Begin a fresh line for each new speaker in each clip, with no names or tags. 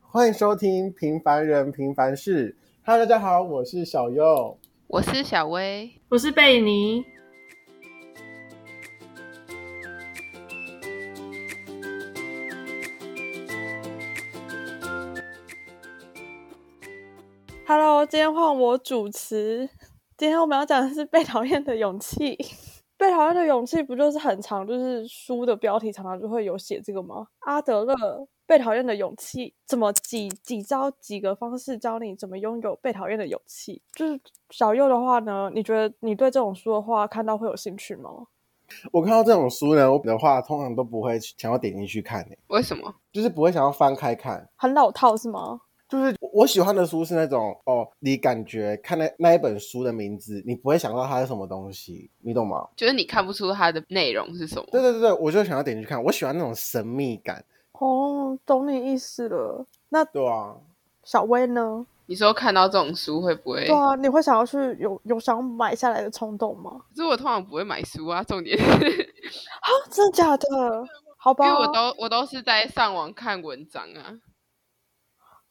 欢迎收听《平凡人平凡事》。Hello，大家好，我是小优。
我是小薇，
我是贝尼。
Hello，今天换我主持。今天我们要讲的是被讨厌的勇气。 被讨厌的勇气不就是很长，就是书的标题常常就会有写这个吗？阿德勒《被讨厌的勇气》怎么几几招几个方式教你怎么拥有被讨厌的勇气？就是小右的话呢，你觉得你对这种书的话看到会有兴趣吗？
我看到这种书呢，我的话通常都不会想要点进去看、欸，
为什么？
就是不会想要翻开看。
很老套是吗？
就是我喜欢的书是那种哦，你感觉看那那一本书的名字，你不会想到它是什么东西，你懂吗？
就是你看不出它的内容是什么。
对对对对，我就想要点进去看。我喜欢那种神秘感。
哦，懂你意思了。那
对啊，
小薇呢？
你说看到这种书会不会？
对啊，你会想要去有有想要买下来的冲动吗？
可是我通常不会买书啊， 重点是
啊，真的假的？好
因
吧，
为我都我都是在上网看文章啊。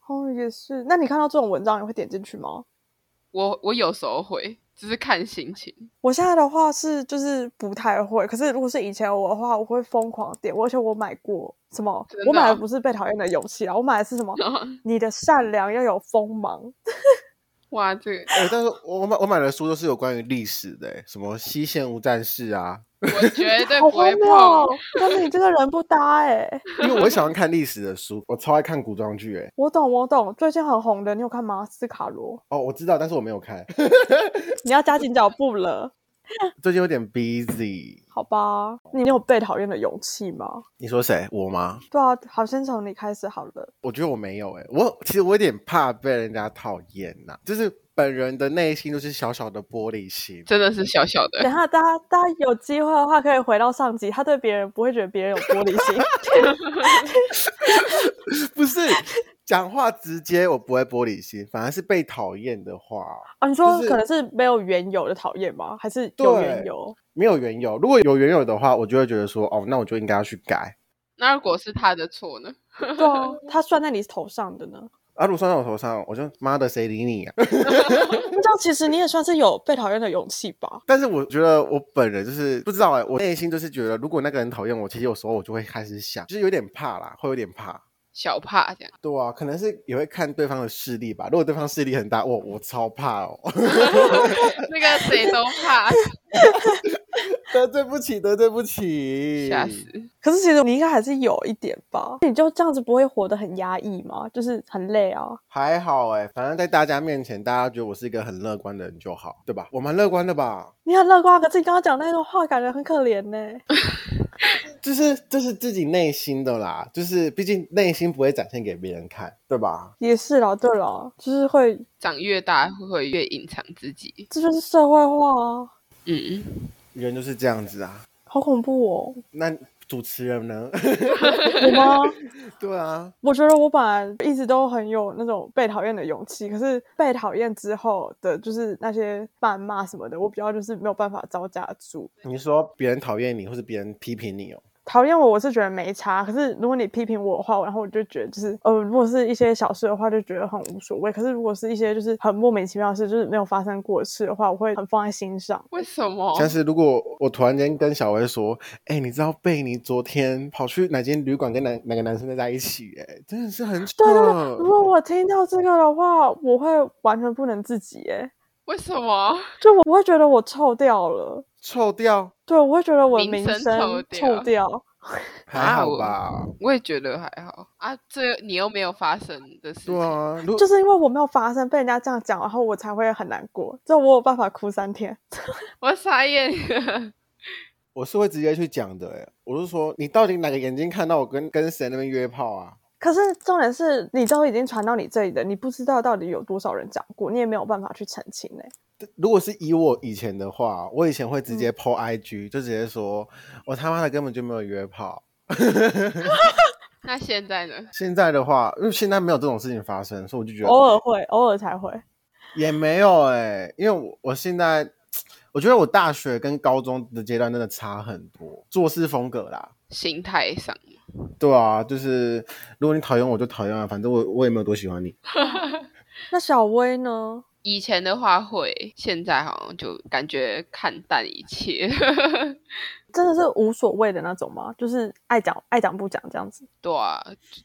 哦也是。那你看到这种文章，你会点进去吗？
我我有时候会，只是看心情。
我现在的话是就是不太会，可是如果是以前我的话，我会疯狂点，而且我买过什么？
真的
我买的
哦
不是被讨厌的勇气啦，我买的是什么？
然后
你的善良要有锋芒。
哇，这个
哎、但是我买我买的书都是有关于历史的、欸，什么西线无战事啊，
我绝 对
好
不
荒
会
谬
碰。
哦，跟你这个人不搭哎、
因为我喜欢看历史的书，我超爱看古装剧、欸，哎，
我懂，我懂。最近很红的，你有看吗？斯卡罗，
哦，我知道，但是我没有看，
你要加紧脚步了，
最近有点 busy。
好吧？你有被讨厌的勇气吗？
你说谁？我吗？
对啊，好，先从你开始好了。
我觉得我没有哎、我其实我有点怕被人家讨厌呐、就是本人的内心都是小小的玻璃心。
真的是小小的
等一，下大家大家有机会的话，可以回到上集，他对别人不会觉得别人有玻璃心。
不是 讲话直接，我不会玻璃心，反而是被讨厌的话，
啊，你说
就是
可能是没有缘由的讨厌吗？还是有缘
对
由？
没有缘由。如果有缘由的话，我就会觉得说，哦，那我就应该要去改。
那如果是他的错呢？
对 啊，他算在你头上的呢。
啊，如果算在我头上，我就妈的谁理你啊！
那这样其实你也算是有被讨厌的勇气吧？
但是我觉得我本人就是不知道哎、我内心就是觉得，如果那个人讨厌我，其实有时候我就会开始想，就是有点怕啦，会有点怕。
小怕这样，
对啊，可能是也会看对方的势力吧。如果对方势力很大，我我超怕哦，
那个谁都怕，
得罪不起，得罪不
嗯
起，
吓死。
可是其实你应该还是有一点吧？你就这样子不会活得很压抑吗？就是很累啊。
还好哎、反正在大家面前，大家觉得我是一个很乐观的人就好，对吧？我蛮乐观的吧，
你很乐观啊，可是你刚刚讲那段话，感觉很可怜呢、
就是这、是自己内心的啦，就是毕竟内心不会展现给别人看，对吧？
也是啦，对啦，就是会，
长越大会越隐藏自己。
这就是社会化啊，
嗯，
人就是这样子啊。
好恐怖哦。
那主持人呢？
我吗？
对啊，
我觉得我本来一直都很有那种被讨厌的勇气，可是被讨厌之后的，就是那些谩骂什么的，我比较就是没有办法招架得住。
你说别人讨厌你，或是别人批评你哦，
讨厌我，我是觉得没差，可是如果你批评我的话，然后我就觉得就是，呃，如果是一些小事的话，就觉得很无所谓。可是如果是一些就是很莫名其妙的事，就是没有发生过的事的话，我会很放在心上。
为什么？
像是如果我突然间跟小薇说：“哎、你知道贝尼昨天跑去哪间旅馆跟哪哪个男生在一起、哎，真的是很扯。
对对，
嗯
如果我听到这个的话，我会完全不能自己，诶，
为什么？
就我我会觉得我臭掉了，
臭掉
对我会觉得我
名
名
声
声
臭
臭
掉
掉。啊
还好吧？
我也觉得还好啊，这你又没有发生的事情，
对啊，如
就是因为我没有发生，被人家这样讲，然后我才会很难过。就我有办法哭三天，
我傻眼。
我是会直接去讲的、哎，我是说你到底哪个眼睛看到我跟跟谁那边约炮啊？
可是重点是你都已经传到你这里的，你不知道到底有多少人讲过，你也没有办法去澄清欸呢、
如果是以我以前的话，我以前会直
嗯
接 PO IG，、就直接说我他妈的根本就没有约炮。
那现在呢？
现在的话，因为现在没有这种事情发生，所以我就
啊
觉得
偶尔会，偶尔才会。
也没有哎、因为我我现在我觉得我大学跟高中的阶段真的差很多，做事风格啦，
心态上嘛。
对啊，就是如果你讨厌我就讨厌啊，反正我我也没有多喜欢你。
那小薇呢？
以前的话会，现在好像就感觉看淡一切。
真的是无所谓的那种吗？就是爱讲爱讲不讲这样子，
对啊，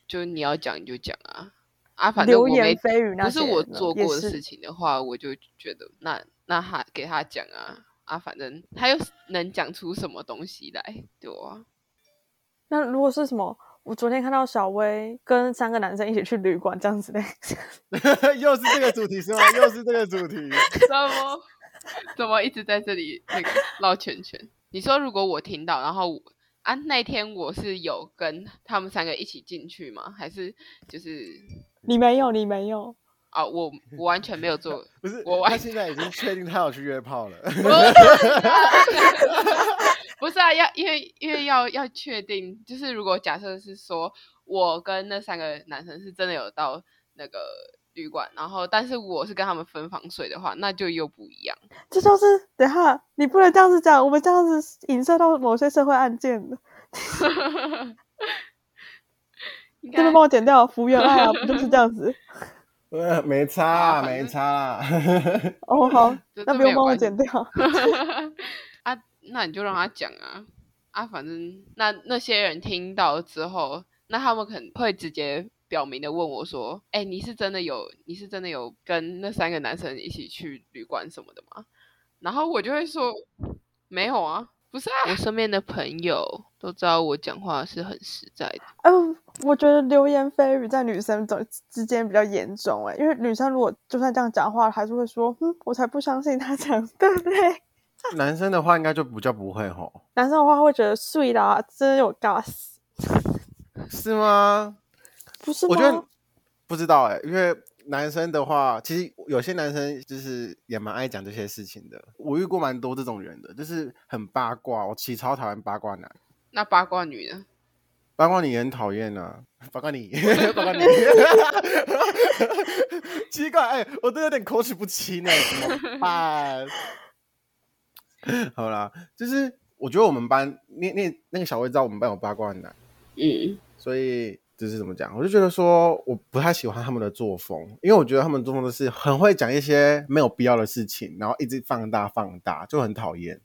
就就你要讲你就讲啊啊，反正
流
我没
言蜚语那
不是我
些呢
做
也
过的
是
事情的话，我就觉得那那他给他讲啊啊，反正他又能讲出什么东西来，对啊，
那如果是什么？我昨天看到小薇跟三个男生一起去旅馆这样子的，
又是这个主题是吗？又是这个主题。
怎么 怎么一直在这里那个绕圈圈？你说如果我听到，然后我啊那天我是有跟他们三个一起进去吗？还是就是
你没有，你没有，
啊我我完全没有做，
不是，
我
他现在已经确定他有去约炮了。
不是啊， 不是啊，要因为因为要要确定，就是如果假设是说我跟那三个男生是真的有到那个旅馆，然后但是我是跟他们分房睡的话，那就又不一样。
这就是等一下你不能这样子讲，我们这样子影射到某些社会案件的，
应
这
该
边帮我剪掉福原爱啊，不就是这 样子？
呃，没差
啊
啊，
反
没
正
差啊。
哦，好，
这
那
这
不
没
用
有
帮我
关系
剪 掉。
啊，那你就让他讲啊啊，反正那那些人听到之后，那他们可能会直接表明的问我说：“哎、你是真的有，你是真的有跟那三个男生一起去旅馆什么的吗？”然后我就会说：“没有啊，不是啊。”我身边的朋友都知道我讲话是很实在的，
嗯，我觉得流言蜚语在女生总之间比较严重哎，因为女生如果就算这样讲话，还是会说，嗯，我才不相信他讲，对不对？
男生的话应该就比较不会吼，
男生的话会觉得睡啦，真有 gas，
是吗？
不是吗？
我觉得不知道哎、因为男生的话，其实有些男生就是也蛮爱讲这些事情的。我遇过蛮多这种人的，就是很八卦。我其实超讨厌八卦男，
那八卦女呢？
八卦你很讨厌啊，八卦你， 八卦你，奇怪哎、我都有点口齿不清呢、欸怎么办？ 好啦，就是我觉得我们班，那那那个小薇知道我们班有八卦男。
嗯，
所以就是怎么讲，我就觉得说我不太喜欢他们的作风，因为我觉得他们作风都是很会讲一些没有必要的事情，然后一直放大放大，就很讨厌。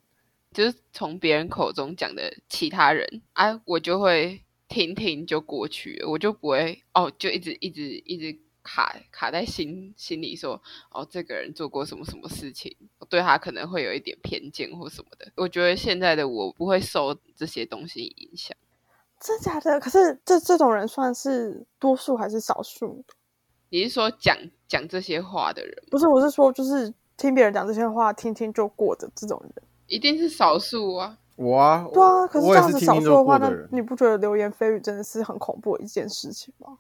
就是从别人口中讲的其他人啊，我就会听听就过去了，我就不会哦，就一直一直一直卡卡在心心里说哦，这个人做过什么什么事情，我对他可能会有一点偏见或什么的。我觉得现在的我不会受这些东西影响，
真假的？可是这这种人算是多数还是少数？
你是说讲讲这些话的人吗，
不是，我是说，就是听别人讲这些话，听听就过的这种人。
一定是少数啊。
我啊，
对啊，可是
我
这
也
样
是
子
听
少
听
数的
说
话，
过
那
的人，
你不觉得流言蜚语真的是很恐怖的一件事情吗？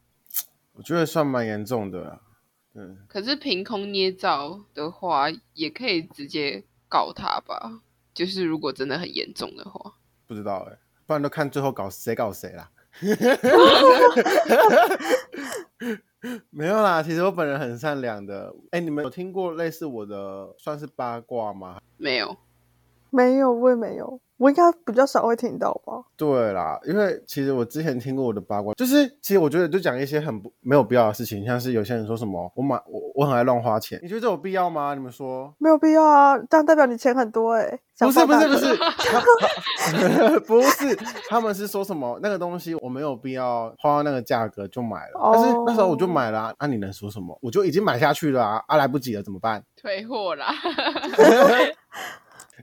我觉得算蛮严重的啦。嗯，
可是凭空捏造的话，也可以直接告他吧，就是如果真的很严重的话。
不知道哎、不然都看最后搞谁搞谁啦。 没有啦，其实我本人很善良的。哎、你们有听过类似我的算是八卦吗？
没有，
没有，我也没有，我应该比较少会听到吧。
对啦，因为其实我之前听过我的八卦，就是其实我觉得就讲一些很不没有必要的事情，像是有些人说什么我买我我很爱乱花钱，你觉得这有必要吗？你们说？
没有必要啊，这样代表你钱很多哎、欸。
不是
想
不
放大
是不是，他他 不是，他们是说什么那个东西我没有必要花到那个价格就买了，但是那时候我就买了、啊，那、你能说什么？我就已经买下去了啊，啊来不及了怎么办？
退货啦。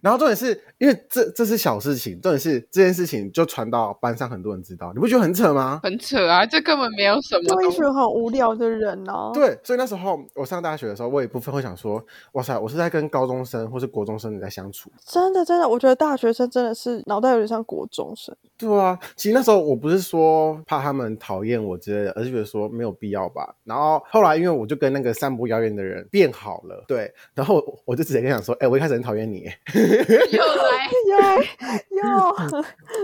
然后重点是因为这这是小事情，重点是这件事情就传到班上很多人知道，你不觉得很扯吗？
很扯啊，这根本没有什么
就一
东
群很无聊的人呢、啊。，
对，所以那时候我上大学的时候，我有一部分会想说，哇塞，我是在跟高中生或是国中生在相处。
真的真的，我觉得大学生真的是脑袋有点像国中生。
对啊，其实那时候我不是说怕他们讨厌我之类的，而是觉得说没有必要吧。然后后来因为我就跟那个散布谣言的人变好了，对，然后我我就直接跟他讲说，哎、我一开始很讨厌你，
又来，
有有，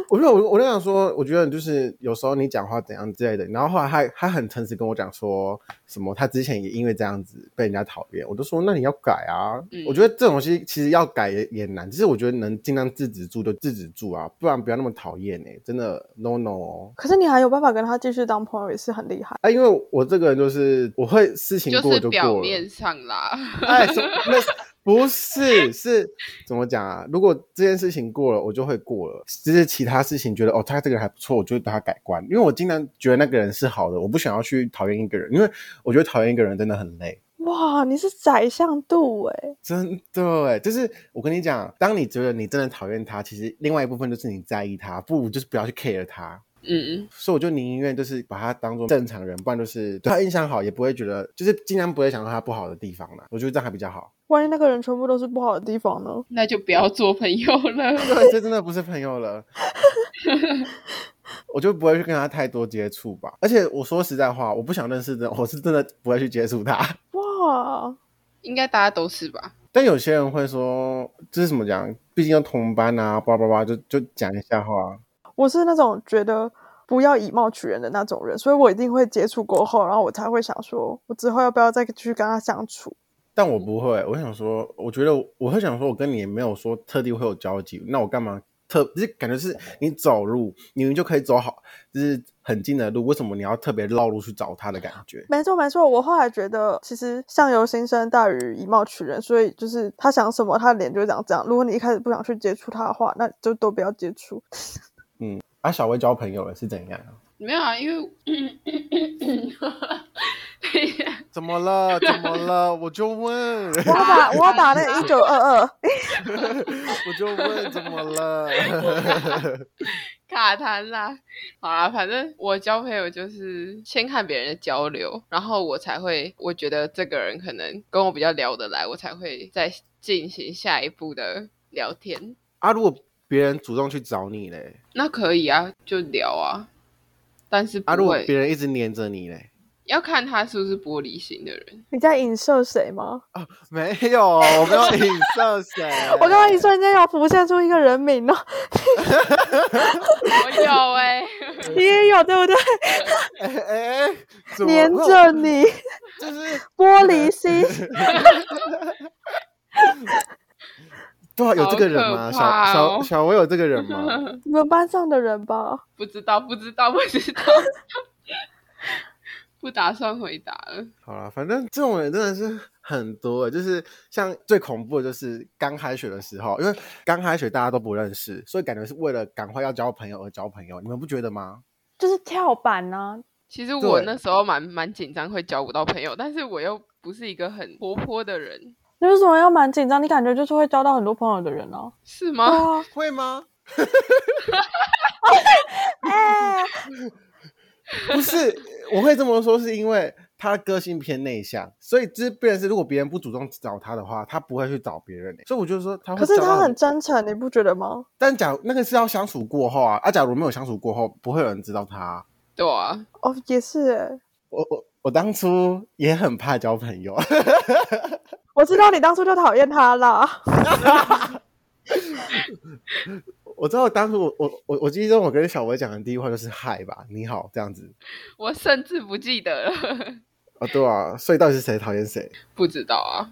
我说我我就想说，我觉得就是有时候你讲话怎样之类的，然后后来他他很诚实跟我讲说什么，他之前也因为这样子被人家讨厌，我就说那你要改啊。
嗯
我觉得这种东西其实要改也也难，只是我觉得能尽量制止住就制止住啊，不然不要那么讨厌哎，真的 no no 哦。
可是你还有办法跟他继续当朋友，也是很厉害。
啊，因为我这个人就是我会事情过
是
就
表
过了，
面上啦。
哎，什么那是不是是怎么讲啊？如果这件事情过了，我就会过了。只是其他事情觉得哦，他这个人还不错，我就会对他改观，因为我经常觉得那个人是好的，我不想要去讨厌一个人，因为我觉得讨厌一个人真的很累。
哇，你是宰相度哎、
真的哎，就是我跟你讲，当你觉得你真的讨厌他，其实另外一部分就是你在意他，不如就是不要去 care 他。
嗯，
所以我就宁愿就是把他当做正常人，不然就是对他印象好，也不会觉得就是尽量不会想到他不好的地方啦。我觉得这样还比较好。
万一那个人全部都是不好的地方呢？
那就不要做朋友了。
对， 这真的不是朋友了。我就不会去跟他太多接触吧，而且我说实在话，我不想认识的，我是真的不会去接触他。
哇，
应该大家都是吧？
但有些人会说，这是怎么讲？毕竟要同班啊，叭叭叭，就就讲一下话。
我是那种觉得不要以貌取人的那种人，所以我一定会接触过后，然后我才会想说，我之后要不要再继续跟他相处？
但我不会，我想说，我觉得我会想说，我跟你也没有说特地会有交集，那我干嘛特？就是感觉是你走路，你们就可以走好，就是很近的路，为什么你要特别绕路去找他的感觉？
没错没错，我后来觉得其实相由心生大于以貌取人，所以就是他想什么，他的脸就会长这样。如果你一开始不想去接触他的话，那就都不要接触。
啊，小薇交朋友了是怎样啊？
没有啊，因为， 等一下
怎么了？怎么了？我就 问，
我要打我要打那一九二二，
我就问，怎么了？
卡痰啦。好啦，反正我交朋友就是先看别人的交流，然后我才会，我觉得这个人可能跟我比较聊得来，我才会再进行下一步的聊天。
啊，如果别人主动去找你嘞，
那可以啊，就聊啊，但是
啊，如
不
果
会、
别人一直黏着你嘞，
要看他是不是玻璃心的人。
你在影射谁吗？。
没有，哦我没有影射谁
我刚刚一瞬间要浮现出一个人名哦，
我有哎、
你也有对不对？
哎哎，哎怎么
黏
不是
着你，
就是
玻璃心。
对啊，有这个人
好
吗？
可怕
小
哦
小小薇有这个人吗？
你们班上的人吧？
不知道，不知道，不知道， 不打算回答了。
好了，反正这种人真的是很多，欸就是像最恐怖的就是刚开学的时候，因为刚开学大家都不认识，所以感觉是为了赶快要交朋友而交朋友，你们不觉得吗？
就是跳板啊呢、
其实我
对
那时候蛮蛮紧张，会交不到朋友，但是我又不是一个很活泼的人，
你为什么要蛮紧张？你感觉就是会交到很多朋友的人哦、
是吗？
啊，
会吗？
哎、
不是，我会这么说是因为他个性偏内向，所以就是变成是如果别人不主动找他的话，他不会去找别人、欸。所以我就说他会
可是
找
他
到
很，真诚，你不觉得吗？
但假如那个是要相处过后啊，啊，假如没有相处过后，不会有人知道他啊、
对啊，
哦，也是、欸，
我我我当初也很怕交朋友，
我知道你当初就讨厌他啦。
我知道当初我我我我记得我跟小薇讲的第一句话就是嗨吧，你好这样子
我甚至不记得了，
啊、对啊，所以到底是谁讨厌谁？
不知道啊。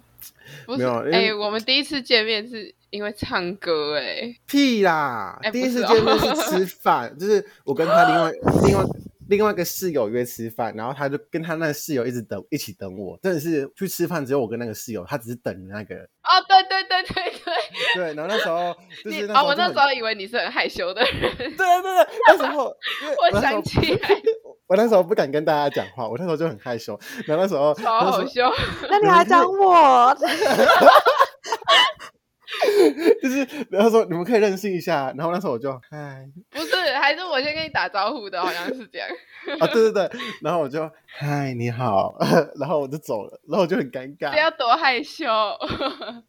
不是，
没有因为
哎、我们第一次见面是因为唱歌、哎，
屁啦！
哎
第一
不
次
是哦
见面是吃饭， 就是我跟他 另外另外另外一个室友约吃饭，然后他就跟他那个室友一直等一起等我，真的是去吃饭只有我跟那个室友，他只是等那个人。
哦，对对对对对，
对，然后那时候就
你
是
哦，我
那
那
时
时
候
候以为你是很害羞的人，
就很对对对，对那时候因为
我
那时候
想起来，
我那时候不敢跟大家讲话，我那时候就很害羞。然后那时候
超
那时
好
候
笑。
那你还讲我？
就是然后说你们可以认识一下，然后那时候我就 嗨
不是，还是我先跟你打招呼的，好像是 这样。
啊，对对对，然后我就嗨你好， 然后我就走了，然后我就很尴尬
不。要多害羞，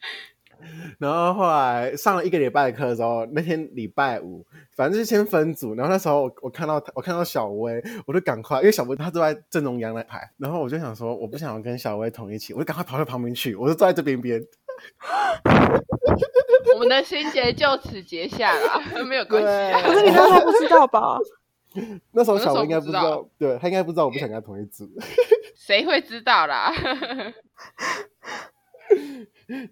然后后来上了一个礼拜的课之后，那天礼拜五，反正就是先分组。然后那时候我我看到他，我看到小薇，我就赶快，因为小薇她坐在正中央那排，然后我就想说，我不想要跟小薇同一起，我就赶快跑到旁边去，我就坐在这边边。
我们的心结就此结下了，没有关系啊。
可是你
对
那时候不知道 吧？
那时候
我
小
那时候
薇应该
不
不知
知道
道，对他应该不知道我不想跟他同一组。
谁会知道啦？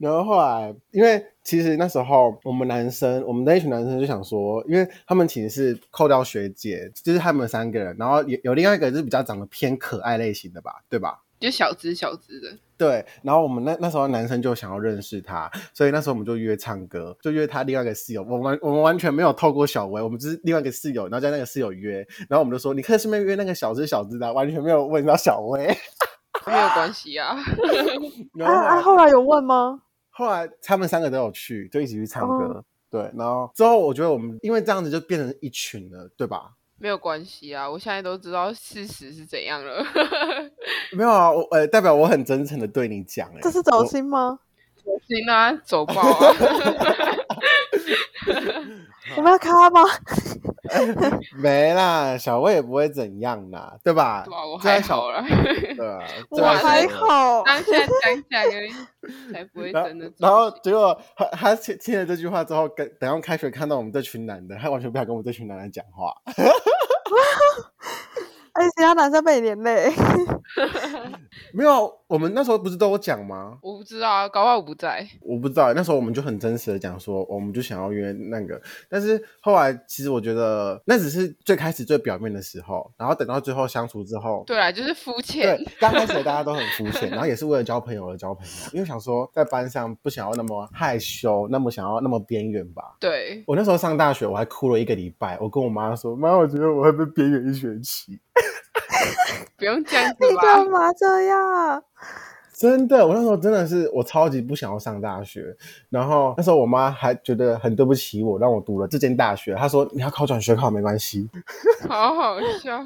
然后后来，因为其实那时候我们男生，我们那一群男生就想说，因为他们其实是扣掉学姐，就是他们三个人，然后有有另外一个就是比较长得偏可爱类型的吧，对吧？
就小只小只的，
对，然后我们那那时候男生就想要认识他，所以那时候我们就约唱歌，就约他另外一个室友。我们完我们完全没有透过小薇，我们只是另外一个室友，然后在那个室友约，然后我们就说你可以顺便约那个小只小只的啊，完全没有问到小 薇。
没有关系啊。
然
啊
后后来
啊！后来有问吗？
后来他们三个都有去，就一起去唱歌。
哦
对，然后之后我觉得我们因为这样子就变成一群了，对吧？
没有关系啊，我现在都知道事实是怎样了。
没有啊，我呃，代表我很真诚的对你讲、欸，
这是走心吗？
行啊，走爆啊！
我们要卡吗？
没啦，小魏也不会怎样啦，对吧？
对 啊，我
这样
还好啦。
小，对啊，
我
这样
还
小
好。
当下讲讲而已，才不会
然后
真的走心。
然后结果他他听听了这句话之后，跟等下开学看到我们这群男的，他完全不想跟我们这群男人讲话。
而且其他男生被你连累，
没有，啊我们那时候不是都有讲吗？
我不知道啊，搞不好我不在。
我不知道，那时候我们就很真实的讲说，我们就想要约那个，但是后来其实我觉得那只是最开始最表面的时候，然后等到最后相处之后，
对啊，就是肤浅
对，，刚开始大家都很肤浅，然后也是为了交朋友而交朋友，因为想说在班上不想要那么害羞，那么想要那么边缘吧。
对，
我那时候上大学，我还哭了一个礼拜。我跟我妈说：“妈，我觉得我会被边缘一学期。
不用 这样子
你
啊
干
吧。
嘛这样？”
真的，我那时候真的是我超级不想要上大学。然后那时候我妈还觉得很对不起我，让我读了这间大学。她说：“你要考转学考没关系。
好好笑。”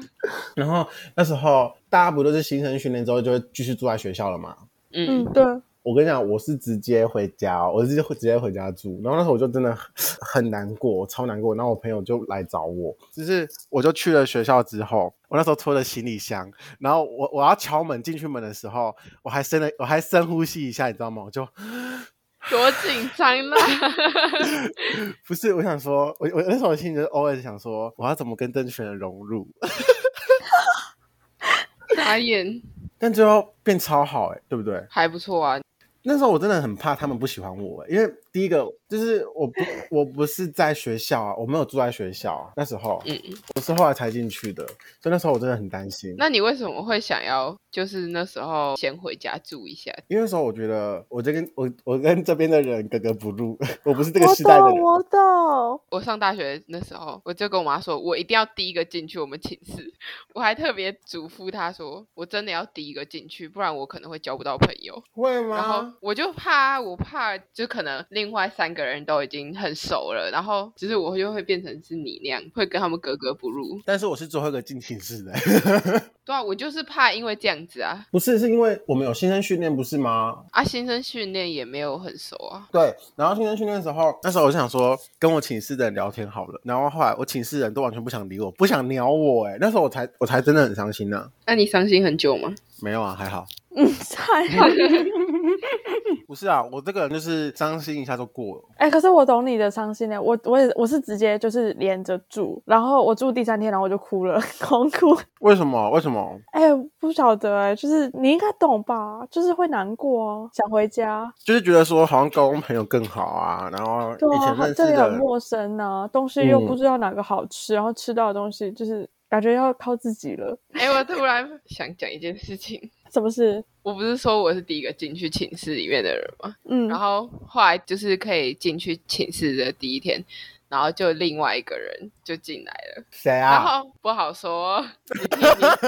然后那时候大家不都是新生训练之后就会继续住在学校了嘛？
嗯
嗯，，对，
我跟你讲，我是直接回家哦，我是直接回家住。然后那时候我就真的很很难过，我超难过。然后我朋友就来找我，就是我就去了学校之后，我那时候拖着行李箱，然后我我要敲门进去门的时候，我还深了我还深呼吸一下，你知道吗？我就
多紧张 啦！
不是我想说，我我那时候我心里就是偶尔想说，我要怎么跟甄选人融入，
眨眼
但最后变超好哎、对不对？
还不错啊，
那时候我真的很怕他们不喜欢我，因为第一个就是我不我不是在学校啊，我没有住在学校、啊，那时候，
嗯
我是后来才进去的，所以那时候我真的很担心。
那你为什么会想要就是那时候先回家住一下？
因为那时候我觉得我这跟我我跟这边的人格格不入， 我不是这个
我
时代的
懂，
人。
我懂。
我上大学那时候，我就跟我妈说，我一定要第一个进去我们寝室。 我还特别嘱咐她说，我真的要第一个进去，不然我可能会交不到朋友。
会
然后
吗？
我就怕，我怕就可能另外三个人都已经很熟了，然后就是我就会变成是你那样，会跟他们格格不入。
但是我是最后一个进寝室的，
对啊，我就是怕因为这样子啊，
不是是因为我们有新生训练不是吗？
啊新生训练也没有很熟啊。
对，然后新生训练的时候，那时候我就想说跟我寝室的人聊天好了，然后后来我寝室人都完全不想理我，不想鸟我、哎，那时候我才我才真的很伤心呢、
那你伤心很久吗？
没有啊，还好。
嗯， 还好。
不是啊，我这个人就是伤心一下就过了。
哎、可是我懂你的伤心呢。欸我我也我是直接就是连着住，然后我住第三天，然后我就哭了， 狂哭。
为什么？为什么？
哎、不晓得哎、就是你应该懂吧，就是会难过啊，想回家。
就是觉得说好像高中朋友更好啊，然后
对
以前
啊，
认
这
识
里
的
很
人，
陌生啊，东西又
嗯
不知道哪个好吃，然后吃到的东西就是感觉要靠自己了。
哎、我突然想讲一件事情，
什么事？
我不是说我是第一个进去寝室里面的人吗？
嗯，
然后后来就是可以进去寝室的第一天，然后就另外一个人就进来了，
谁
然
啊？
后不好说，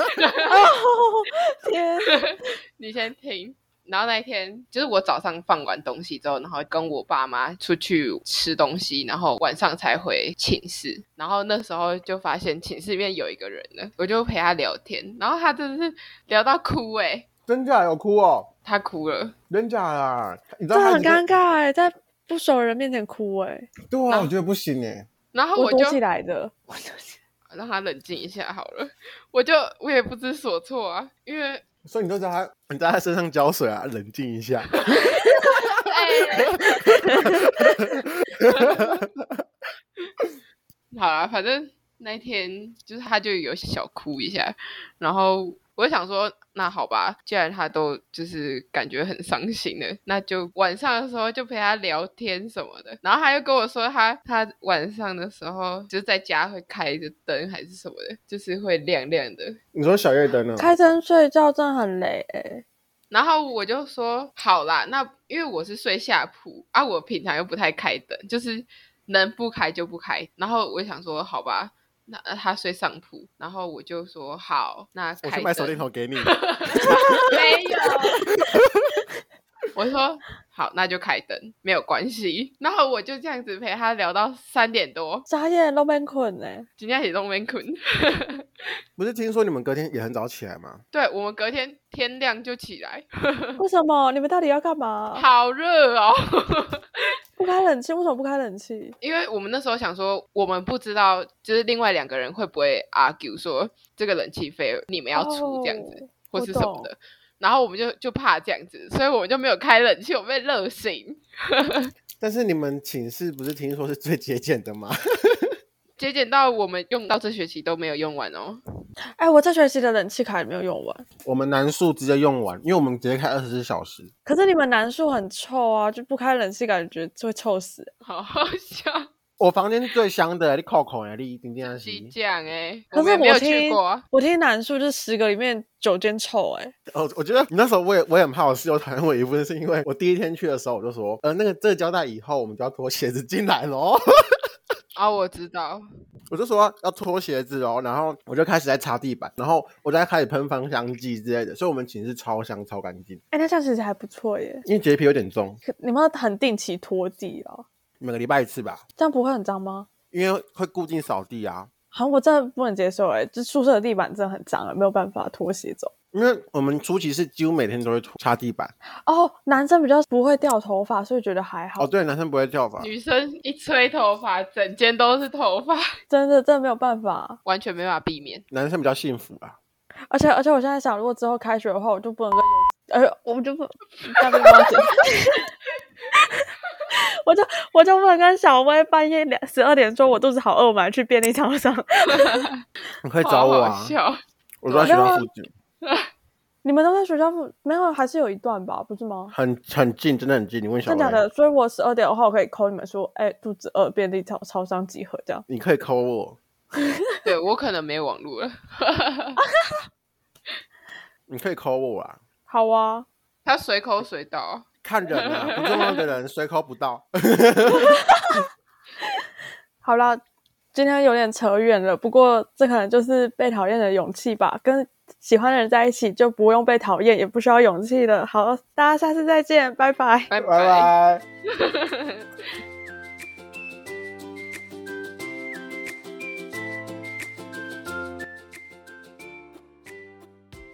天，
你先听。然后那一天就是我早上放完东西之后，然后跟我爸妈出去吃东西，然后晚上才回寝室。然后那时候就发现寝室里面有一个人了，我就陪他聊天，然后他真的是聊到哭诶、
真假有哭哦，
他哭了。
真假啦，你知道
这
他
很
只
尴
是
尬哎、在不熟人面前哭哎、
对
然
啊，
后
我觉得不行哎，
然后
我
就
躲起来的。
让他冷静一下好了，我就我也不知所措啊，因为
所以你就在他，你在他身上浇水啊，冷静一下。
哎、 好啊啦，反正那一天就是他就有小哭一下，然后我就想说，那好吧，既然他都就是感觉很伤心了，那就晚上的时候就陪他聊天什么的。然后他又跟我说他，他晚上的时候就是在家会开着灯还是什么的，就是会亮亮的。
你说小夜灯呢？哦
开灯睡觉真的很累、欸，
然后我就说好啦，那因为我是睡下铺啊，我平常又不太开灯，就是能不开就不开。然后我想说好吧，那那他睡上铺，然后我就说好，那
我
开
去买手电
灯
筒给你。
没有。我说好，那就开灯，没有关系。然后我就这样子陪他聊到三点多，
眨眼都被困哎、欸。
今天也都没困。
不是听说你们隔天也很早起来吗？
对我们隔天天亮就起来，
为什么？你们到底要干嘛？
好热哦。
不开冷气？为什么不开冷气？
因为我们那时候想说，我们不知道就是另外两个人会不会 argue 说这个冷气费你们要出这样子，
哦
或
我
是什么
懂
的。然后我们就就怕这样子，所以我们就没有开冷气，我被热醒。
但是你们寝室不是听说是最节俭的吗？
节俭到我们用到这学期都没有用完哦。
哎、我这学期的冷气卡也没有用完，
我们男宿直接用完，因为我们直接开二十四小时。
可是你们男宿很臭啊，就不开冷气感觉就会臭死。
好好笑，
我房间是最香的，你扣扣呀，你顶顶那
激
是。
将哎，
可
们
是
也没有
我
去
听
过啊。
我听男宿就十个里面九间臭哎、
哦，我觉得你那时候我也我也很怕我室友讨厌我一部分，是因为我第一天去的时候我就说，呃，那个这个胶带以后我们就要脱鞋子进来喽。
啊，我知道，
我就说要脱鞋子哦，然后我就开始在擦地板，然后我就在开始喷芳香剂之类的，所以我们寝室超香超干净，
哎、那这样其实还不错耶。
因为洁癖有点重，
可你们要很定期拖地哦，
每个礼拜一次吧，
这样不会很脏吗？
因为会固定扫地啊。
好，我真的不能接受哎、这宿舍的地板真的很脏了，没有办法拖鞋走。
因为我们初期是几乎每天都会擦地板
哦，男生比较不会掉头发，所以觉得还好。
哦，对，男生不会跳法，
女生一吹头发，整间都是头发，
真的真的没有办法。
完全没办法避免。
男生比较幸福啊。
而且而且，我现在想，如果之后开学的话，我就不能跟有，呃，我们就不，这样被骂死我就我就不能跟小薇半夜两十二点说，我肚子好饿，我们来去便利超商。
你可以找我
好
啊
好，笑，
我住在学校附近，
你们都在学校附没有？还是有一段吧，不是吗？
很很近，真的很近。你问小
真假
薇，
的？所以我十二点的话，我可以 call 你们说，哎、肚子饿，便利超超商集合这样。
你可以扣我，
对我可能没网络了。
你可以扣我啊，
好啊，
他随口随到，
看人啊，不重要的 人谁扣不到。
好啦，今天有点扯远了，不过这可能就是被讨厌的勇气吧。跟喜欢的人在一起，就不用被讨厌，也不需要勇气了。好，大家下次再见，拜拜。
拜
拜拜。